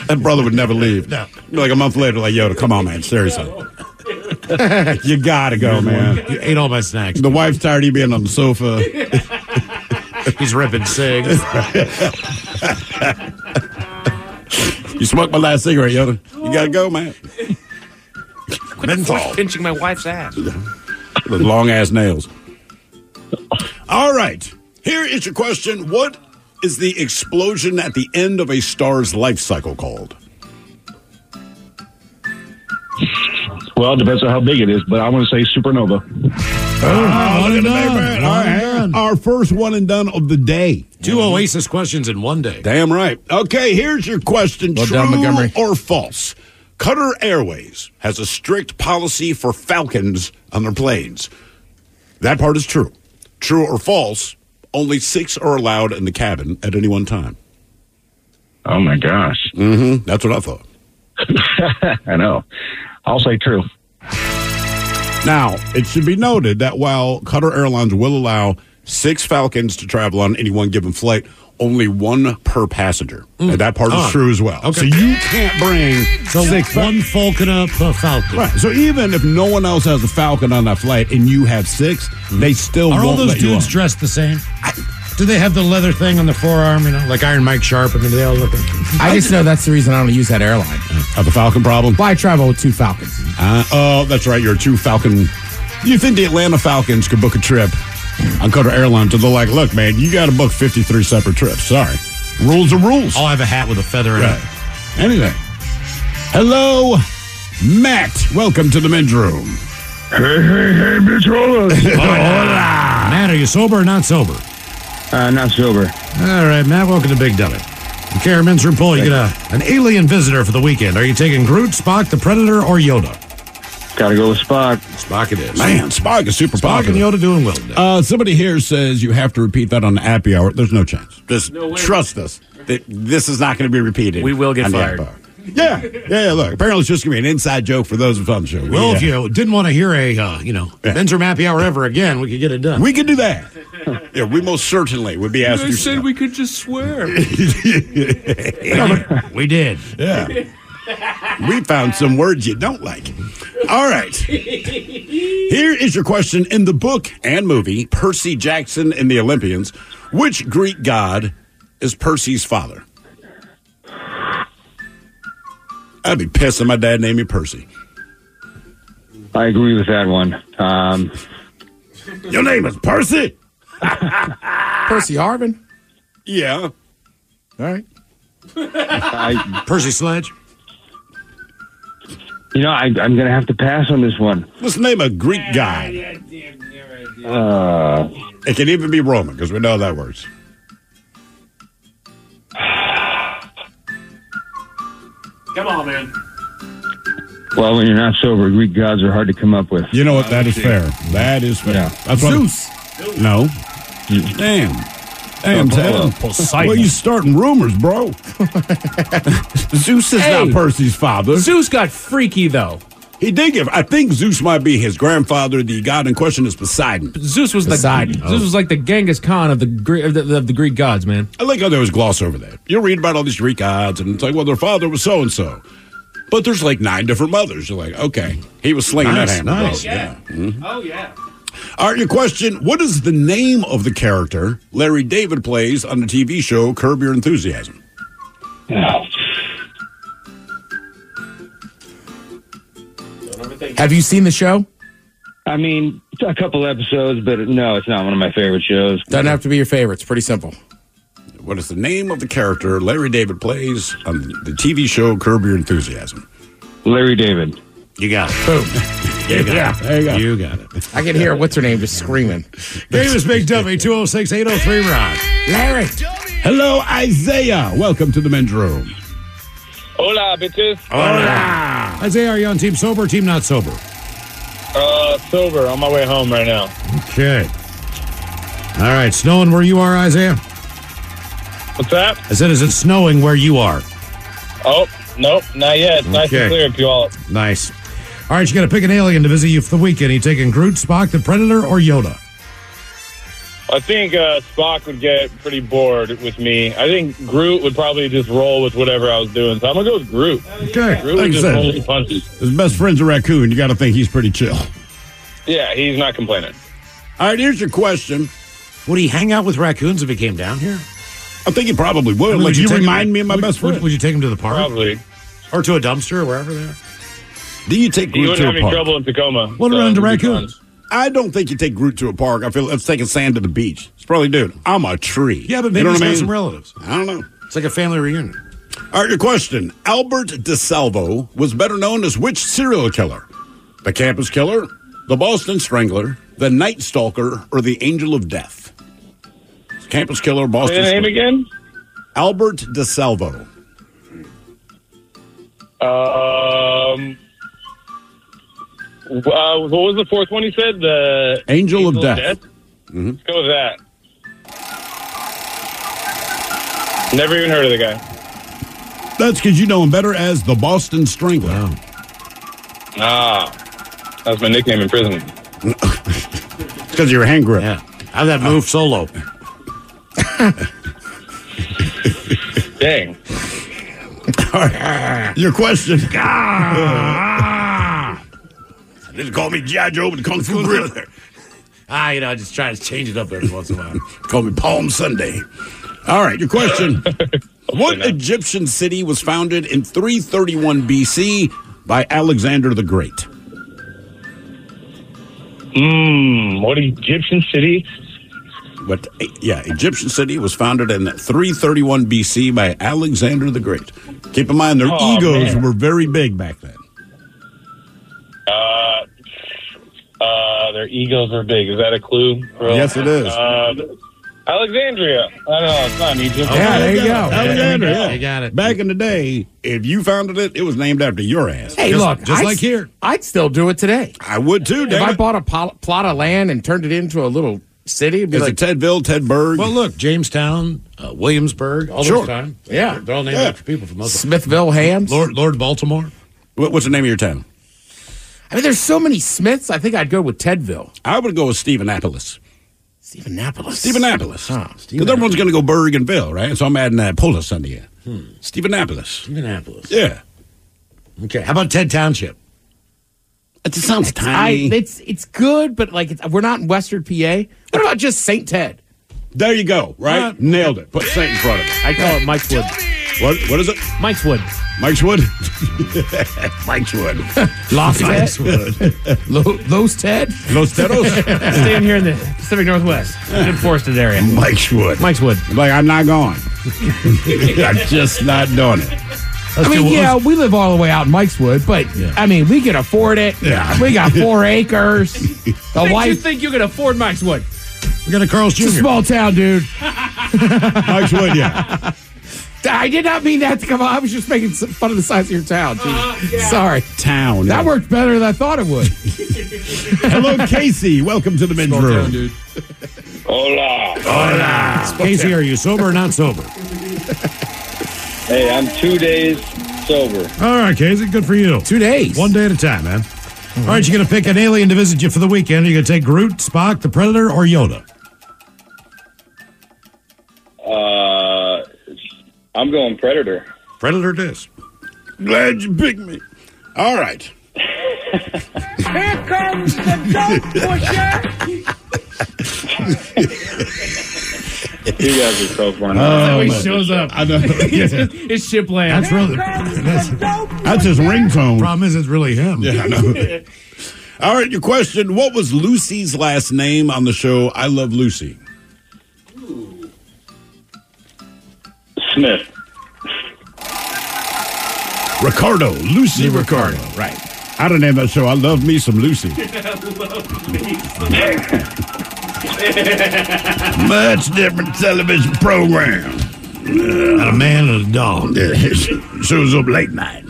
Speaker 5: That brother would never leave.
Speaker 4: No.
Speaker 5: Like a month later, like Yoda, come on, man, seriously, you gotta go, man.
Speaker 4: You ate all my snacks.
Speaker 5: The wife's tired of you being on the sofa.
Speaker 4: He's ripping cigs.
Speaker 5: you smoked my last cigarette, Yoda. You gotta go, man. Menthol.
Speaker 8: Pinching my wife's ass.
Speaker 5: Those long ass nails. All right. Here is your question. What is the explosion at the end of a star's life cycle called?
Speaker 14: Well, it depends on how big it is, but I want to say supernova.
Speaker 5: Ah,
Speaker 4: one
Speaker 5: look
Speaker 4: and
Speaker 5: at the
Speaker 4: Oh, done.
Speaker 5: paper.
Speaker 4: One
Speaker 5: All
Speaker 4: and
Speaker 5: right. Our first one and done of the day.
Speaker 4: Two oh Oasis questions in one day.
Speaker 5: Damn right. Okay, here's your question.
Speaker 4: Well
Speaker 5: True
Speaker 4: done, Montgomery.
Speaker 5: or false? Qatar Airways has a strict policy for falcons on their planes. That part is true. True or false? Only six are allowed in the cabin at any one time.
Speaker 14: Oh my gosh,
Speaker 5: Mm-hmm. That's what I thought.
Speaker 14: I know. I'll say true.
Speaker 5: Now, it should be noted that while Qatar Airlines will allow six Falcons to travel on any one given flight, only one per passenger. And that part
Speaker 4: Oh.
Speaker 5: is true as well.
Speaker 4: Okay.
Speaker 5: So you can't bring
Speaker 4: So
Speaker 5: six
Speaker 4: one Falcon up per Falcon.
Speaker 5: Right. So even if no one else has a Falcon on that flight and you have 6 they still
Speaker 4: Mm. Are
Speaker 5: won't
Speaker 4: all those
Speaker 5: let you
Speaker 4: dudes
Speaker 5: on.
Speaker 4: dressed the same? Do they have the leather thing on the forearm? You know, like Iron Mike Sharp. I mean, they all look.
Speaker 7: I just know that's the reason I don't use that airline.
Speaker 5: Have a Falcon problem?
Speaker 7: Why travel with two Falcons?
Speaker 5: Uh, oh, that's right. You're a true Falcon. You think the Atlanta Falcons could book a trip on Qatar Airlines? And they're like, look, man, you got to book 53 separate trips. Sorry. Rules are rules.
Speaker 4: I'll Oh, have a hat with a feather in
Speaker 5: Right.
Speaker 4: it.
Speaker 5: Anything. Hello, Matt. Welcome to the men's room.
Speaker 13: Hey, hey, hey, bitch, hold
Speaker 4: Matt, are you sober or not sober?
Speaker 13: Uh, not sober.
Speaker 4: All right, Matt, welcome to Big Dummy. Okay, our men's room poll. You get a, an alien visitor for the weekend. Are you taking Groot, Spock, the Predator, or Yoda?
Speaker 5: Gotta go with Spock. Spock it is. Man, Spock is super
Speaker 4: Spock and
Speaker 5: popular.
Speaker 4: Yoda doing well.
Speaker 5: Uh, somebody here says you have to repeat that on the happy hour. There's no chance. Just trust us. That this is not going to be repeated.
Speaker 4: We will get
Speaker 5: on the
Speaker 4: fired.
Speaker 5: happy hour. Yeah, yeah, yeah. Look, apparently it's just going to be an inside joke for those of us on the show.
Speaker 4: Well,
Speaker 5: yeah.
Speaker 4: if you didn't want to hear a, uh, you know, men's room happy hour ever again, we could get it done.
Speaker 5: We could do that. yeah, we most certainly would be asked to do something.
Speaker 8: we could just swear.
Speaker 5: we did. Yeah. We found some words you don't like. All right. Here is your question in the book and movie Percy Jackson and the Olympians. Which Greek god is Percy's father? I'd be pissed if my dad named me Percy.
Speaker 13: I agree with that one. Um,
Speaker 5: Your name is Percy.
Speaker 7: Percy Harvin.
Speaker 5: Yeah.
Speaker 4: All right.
Speaker 13: I,
Speaker 4: Percy Sledge.
Speaker 13: you know, I, I'm going to have to pass on this one.
Speaker 5: Let's name a Greek god.
Speaker 13: Uh,
Speaker 5: it can even be Roman because we know how that works.
Speaker 9: Come on, man.
Speaker 13: well, when you're not sober, Greek gods are hard to come up with.
Speaker 5: You know
Speaker 15: Oh,
Speaker 5: what? That is fair. That is fair. That's what
Speaker 4: Zeus.
Speaker 5: No. Damn. Damn,
Speaker 4: Apollo.
Speaker 5: Ted.
Speaker 4: Poseidon.
Speaker 5: Well, you starting rumors, bro. Zeus is
Speaker 8: Hey.
Speaker 5: not Percy's father. Zeus got freaky though. He did give. I think Zeus might be his grandfather. The god in question is Poseidon.
Speaker 8: Zeus was
Speaker 5: Poseidon.
Speaker 8: the
Speaker 5: Oh.
Speaker 8: Zeus was like the Genghis Khan of the Gre- of the, of the Greek gods, man.
Speaker 5: I like how there was gloss over that. You read about all these Greek gods, and it's like, well, their father was so and so, but there's like nine different mothers. You're like, okay, he was slinging
Speaker 4: Nice,
Speaker 5: that hammer.
Speaker 4: nice.
Speaker 5: bro.
Speaker 4: Yeah.
Speaker 5: Mhm.
Speaker 9: Oh, yeah.
Speaker 5: All right, your question What is the name of the character Larry David plays on the TV show Curb Your Enthusiasm?
Speaker 7: Have you seen the show?
Speaker 13: I mean, a couple episodes, but no, it's not one of my favorite shows.
Speaker 7: Doesn't have to be your favorite. It's pretty simple.
Speaker 5: What is the name of the character Larry David plays on the TV show Curb Your Enthusiasm?
Speaker 13: Larry David.
Speaker 5: You got it.
Speaker 7: Boom.
Speaker 5: You got it. There you go.
Speaker 4: You got it.
Speaker 7: I can hear what's her name just screaming.
Speaker 4: Game is Big Dummy, 206 803 Rod.
Speaker 7: Larry.
Speaker 5: Hello, Isaiah. Welcome to the men's room.
Speaker 15: Hola, bitches.
Speaker 4: Hola. Isaiah, are you on Team Sober or Team Not Sober?
Speaker 15: Uh, sober. On my way home right now.
Speaker 4: Okay. All right, snowing where you are, Isaiah?
Speaker 15: What's that?
Speaker 4: I said, is it snowing where you are?
Speaker 15: Oh, nope, not yet. It's Nice
Speaker 4: Okay.
Speaker 15: and clear, y'all.
Speaker 4: Nice. All right, you got to pick an alien to visit you for the weekend. Are you taking Groot, Spock, the Predator, or Yoda?
Speaker 15: I think uh, Spock would get pretty bored with me. I think Groot would probably just roll with whatever I was doing. So I'm gonna go with Groot.
Speaker 5: Okay.
Speaker 15: Groot
Speaker 5: Like I
Speaker 15: would just
Speaker 5: said.
Speaker 15: roll with punches.
Speaker 5: His best friend's a raccoon. You got to think he's pretty chill.
Speaker 15: Yeah, he's not complaining.
Speaker 5: All right, here's your question.
Speaker 4: Would he hang out with raccoons if he came down here?
Speaker 5: I think he probably would.
Speaker 4: I mean,
Speaker 5: like,
Speaker 4: you
Speaker 5: you,
Speaker 4: take
Speaker 5: remind
Speaker 4: him-
Speaker 5: me of my
Speaker 4: would-
Speaker 5: best
Speaker 4: would-
Speaker 5: friend.
Speaker 4: would you take him to the park?
Speaker 15: Probably.
Speaker 4: Or to a dumpster or wherever they are?
Speaker 5: Do you take
Speaker 15: He
Speaker 5: Groot
Speaker 15: wouldn't
Speaker 5: to
Speaker 15: have
Speaker 5: a
Speaker 15: any
Speaker 5: park?
Speaker 15: trouble in Tacoma.
Speaker 5: What
Speaker 13: Uh,
Speaker 15: so
Speaker 5: around the
Speaker 15: it'd be
Speaker 5: raccoons? I don't think you take Groot to a park. I feel let's take a sand to the beach. It's probably, dude, I'm a tree.
Speaker 4: Yeah, but maybe
Speaker 5: you know
Speaker 4: he's
Speaker 5: what I
Speaker 4: got
Speaker 5: mean?
Speaker 4: some relatives.
Speaker 5: I don't know.
Speaker 4: It's like a family reunion.
Speaker 5: All right, your question. Albert DeSalvo was better known as which serial killer? The campus killer, the Boston strangler, the night stalker, or the angel of death? Campus killer, Boston
Speaker 15: Say the name again?
Speaker 5: Albert DeSalvo.
Speaker 15: Um. Uh, what was the fourth one you said? The
Speaker 5: Angel of Death. Mm-hmm.
Speaker 15: Let's go with that. Never even heard of the guy.
Speaker 5: That's because you know him better as the Boston strangler.
Speaker 15: Ah, that's my nickname in prison.
Speaker 5: Because you're a hand grip.
Speaker 4: Yeah. How'd that move solo?
Speaker 15: Dang.
Speaker 5: All right. Your question. Just call me G.I. Joe with the Kung Fu Griller.
Speaker 4: ah, you know, I just try to change it up every once in a while.
Speaker 5: Call me Palm Sunday. All right, your question. what Egyptian city was founded in 331 BC by Alexander the Great?
Speaker 15: Hmm. What Egyptian city?
Speaker 5: What? Yeah, Egyptian city was founded in 331 BC by Alexander the Great. Keep in mind, their
Speaker 4: Oh,
Speaker 15: Aw,
Speaker 5: egos
Speaker 15: Oh, man.
Speaker 5: were very big back then.
Speaker 15: Uh, uh, their egos are big. Is that a clue? Bro?
Speaker 5: Yes, it is.
Speaker 15: Uh, Alexandria. I don't know. It's not in Egypt.
Speaker 5: Yeah, there you go. Alexander, yeah.
Speaker 15: You got it.
Speaker 5: Back in the day, if you founded it, it was named after your ass.
Speaker 7: Hey,
Speaker 5: Just-
Speaker 7: look,
Speaker 5: just
Speaker 7: I
Speaker 5: like
Speaker 7: s-
Speaker 5: here.
Speaker 7: I'd still do it today.
Speaker 5: I would too.
Speaker 7: If I bought a pol- plot of land and turned it into a little city, it'd be like
Speaker 5: Tedville, Tedburg.
Speaker 8: Well, look, Jamestown, uh, Williamsburg, all
Speaker 7: Sure.
Speaker 8: those time.
Speaker 7: Yeah.
Speaker 8: they're all named
Speaker 7: Yeah.
Speaker 8: after people from those.
Speaker 7: Smithville Hams.
Speaker 8: Lord Lord Baltimore.
Speaker 5: what's the name of your town?
Speaker 7: I mean, there's so many Smiths. I think I'd go with Tedville.
Speaker 5: I would go with Stephenapolis.
Speaker 7: Stephenapolis.
Speaker 5: Stephenapolis. Because everyone's going to go Berg and Ville, right? So I'm adding that Polis under here. Stephenapolis.
Speaker 8: Stephenapolis.
Speaker 5: Yeah.
Speaker 8: Okay. How about Ted Township?
Speaker 5: It sounds
Speaker 7: I, it's it's good, but like it's, we're not in Western PA. What about just St. Ted?
Speaker 5: There you go. Right?
Speaker 7: Uh,
Speaker 5: Nailed it. Put Saint in front of it.
Speaker 8: I call it Mike's Wood.
Speaker 5: What? What is it?
Speaker 8: Mike's Wood.
Speaker 5: Mike's Wood? Mike's Wood.
Speaker 8: Los
Speaker 5: Mike's Wood.
Speaker 7: Los Ted?
Speaker 5: Los Tedos?
Speaker 16: Staying here in the Pacific Northwest, in forested area.
Speaker 5: Mike's Wood.
Speaker 8: Mike's Wood.
Speaker 5: Like, I'm not going. I'm just not doing it.
Speaker 7: I mean, yeah, we live all the way out in Mikeswood, but I mean, we can afford it.
Speaker 5: Yeah.
Speaker 7: We got four acres. The
Speaker 16: Makes you
Speaker 7: wife.
Speaker 16: think you can afford Mike's Wood?
Speaker 8: We got a Carl's
Speaker 7: It's a small town, dude.
Speaker 5: Mike's Wood, yeah.
Speaker 7: I did not mean that to come on. I was just making some fun of the size of your town. dude. Sorry.
Speaker 5: Town.
Speaker 7: That worked better than I thought it would.
Speaker 5: Hello, Casey. Welcome to the men's room.
Speaker 15: Hola.
Speaker 8: Hola. Casey, are you sober or not sober?
Speaker 15: Hey, I'm two days sober.
Speaker 4: All right, Casey, good for you.
Speaker 7: Two days. Mm-hmm.
Speaker 4: One day at a time, man. All right, you're going to pick an alien to visit you for the weekend. You're going to take Groot, Spock, the Predator, or Yoda.
Speaker 15: Uh, I'm going Predator.
Speaker 4: Predator it is.
Speaker 5: Glad you picked me. All right.
Speaker 11: Here comes the goat pusher.
Speaker 15: You guys are so funny.
Speaker 16: That's how he shows up.
Speaker 5: I know.
Speaker 16: it's ship land.
Speaker 4: That's really. That's,
Speaker 5: that's his ringtone.
Speaker 4: Problem is, it's really him.
Speaker 5: Yeah, I know. All right, your question. What was Lucy's last name on the show I Love Lucy?
Speaker 15: Smith.
Speaker 5: Ricardo. Lucy Ricardo. Right. I don't name that show. I love me some Lucy. Much different television program.
Speaker 4: a man and a
Speaker 5: Oh,
Speaker 4: dog.
Speaker 5: Shows up late night.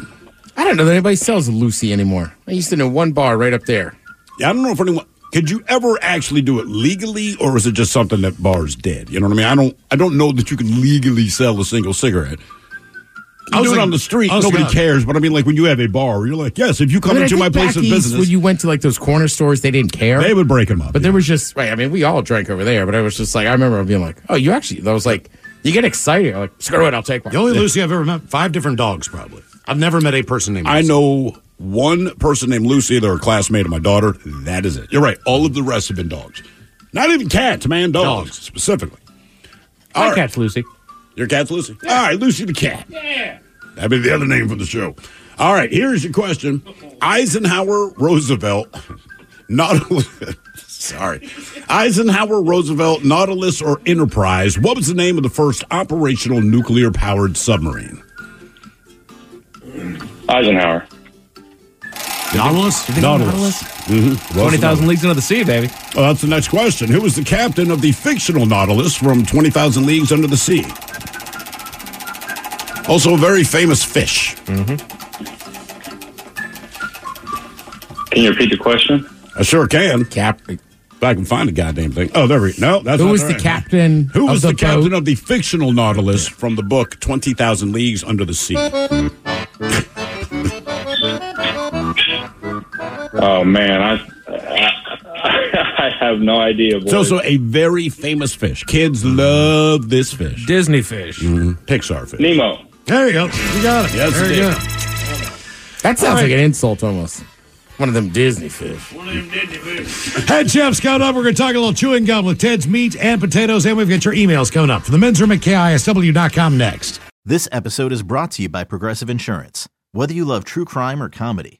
Speaker 7: I don't know that anybody sells Lucy anymore. I used to know one bar right up there.
Speaker 5: Yeah, I don't know if anyone could you ever actually do it legally, or is it just something that bars did? You know what I mean? I don't. I don't know that you can legally sell a single cigarette.
Speaker 4: I
Speaker 5: You
Speaker 4: was
Speaker 5: do it
Speaker 4: like-
Speaker 5: on the street,
Speaker 4: I was
Speaker 5: nobody
Speaker 4: like-
Speaker 5: cares. But I mean, like when you have a bar, you're like, yes, if you come
Speaker 7: But I
Speaker 5: into
Speaker 7: think
Speaker 5: my place
Speaker 7: back
Speaker 5: of
Speaker 7: east,
Speaker 5: business,
Speaker 7: When you went to like those corner stores, they didn't care.
Speaker 5: they would break them up.
Speaker 7: But there was just right. I mean, we all drank over there, but I was just like, I remember being like, "Oh, you actually?" I was like, "You get excited." I'm like, screw it, I'll take one.
Speaker 4: The only Lucy I've ever met, five different dogs, probably. I've never met a person named
Speaker 5: I know one person named Lucy. They're a classmate of my daughter. That is it. You're right. All of the rest have been dogs. Not even cats, man. Dogs, specifically.
Speaker 16: My
Speaker 5: All right.
Speaker 16: cat's Lucy.
Speaker 5: Your cat's Lucy? All right, Lucy the cat. Yeah. That'd be the other name for the show. All right, here's your question Eisenhower Roosevelt, Nautilus. Sorry. Eisenhower Roosevelt, Nautilus, or Enterprise. What was the name of the first operational nuclear powered submarine?
Speaker 15: Eisenhower.
Speaker 4: Nautilus.
Speaker 5: Nautilus. Mm-hmm.
Speaker 16: 20,000 Leagues Under the Sea, baby.
Speaker 5: Well, that's the next question. Who was the captain of the fictional Nautilus from 20,000 Leagues Under the Sea? Also, a very famous fish.
Speaker 4: Mm-hmm.
Speaker 15: Can you repeat the question?
Speaker 5: I sure can.
Speaker 7: Captain.
Speaker 5: If I can find the goddamn thing. Oh, there we No, that's
Speaker 7: Who
Speaker 5: not
Speaker 7: was the
Speaker 5: right.
Speaker 7: captain?
Speaker 5: Who
Speaker 7: of
Speaker 5: was the,
Speaker 7: the,
Speaker 5: captain
Speaker 7: boat?
Speaker 5: of the fictional Nautilus from the book 20,000 Leagues Under the Sea?
Speaker 15: Oh man, I I, I have no idea. Boy.
Speaker 5: It's also a very famous fish. Kids love this fish. Mm-hmm.
Speaker 16: Disney fish.
Speaker 5: Pixar fish.
Speaker 15: Nemo.
Speaker 4: There you go. You got it.
Speaker 5: Yes,
Speaker 4: there
Speaker 5: it
Speaker 4: you
Speaker 5: is.
Speaker 4: go.
Speaker 7: That sounds like an insult almost. One of them Disney fish.
Speaker 4: Head chef Scott up. We're going to talk a little chewing gum with Ted's meat and potatoes, and we've got your emails coming up for the men's room at KISW.com next.
Speaker 12: This episode is brought to you by Progressive Insurance. Whether you love true crime or comedy,